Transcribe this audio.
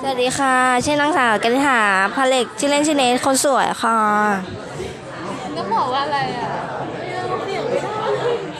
สวัสดีค่ะ ชื่อนางสาวกนิษฐาพาเหล็กชื่อเล่นชื่อเนทคนสวยค่ะ ต้องบอกว่าอะไรอ่ะ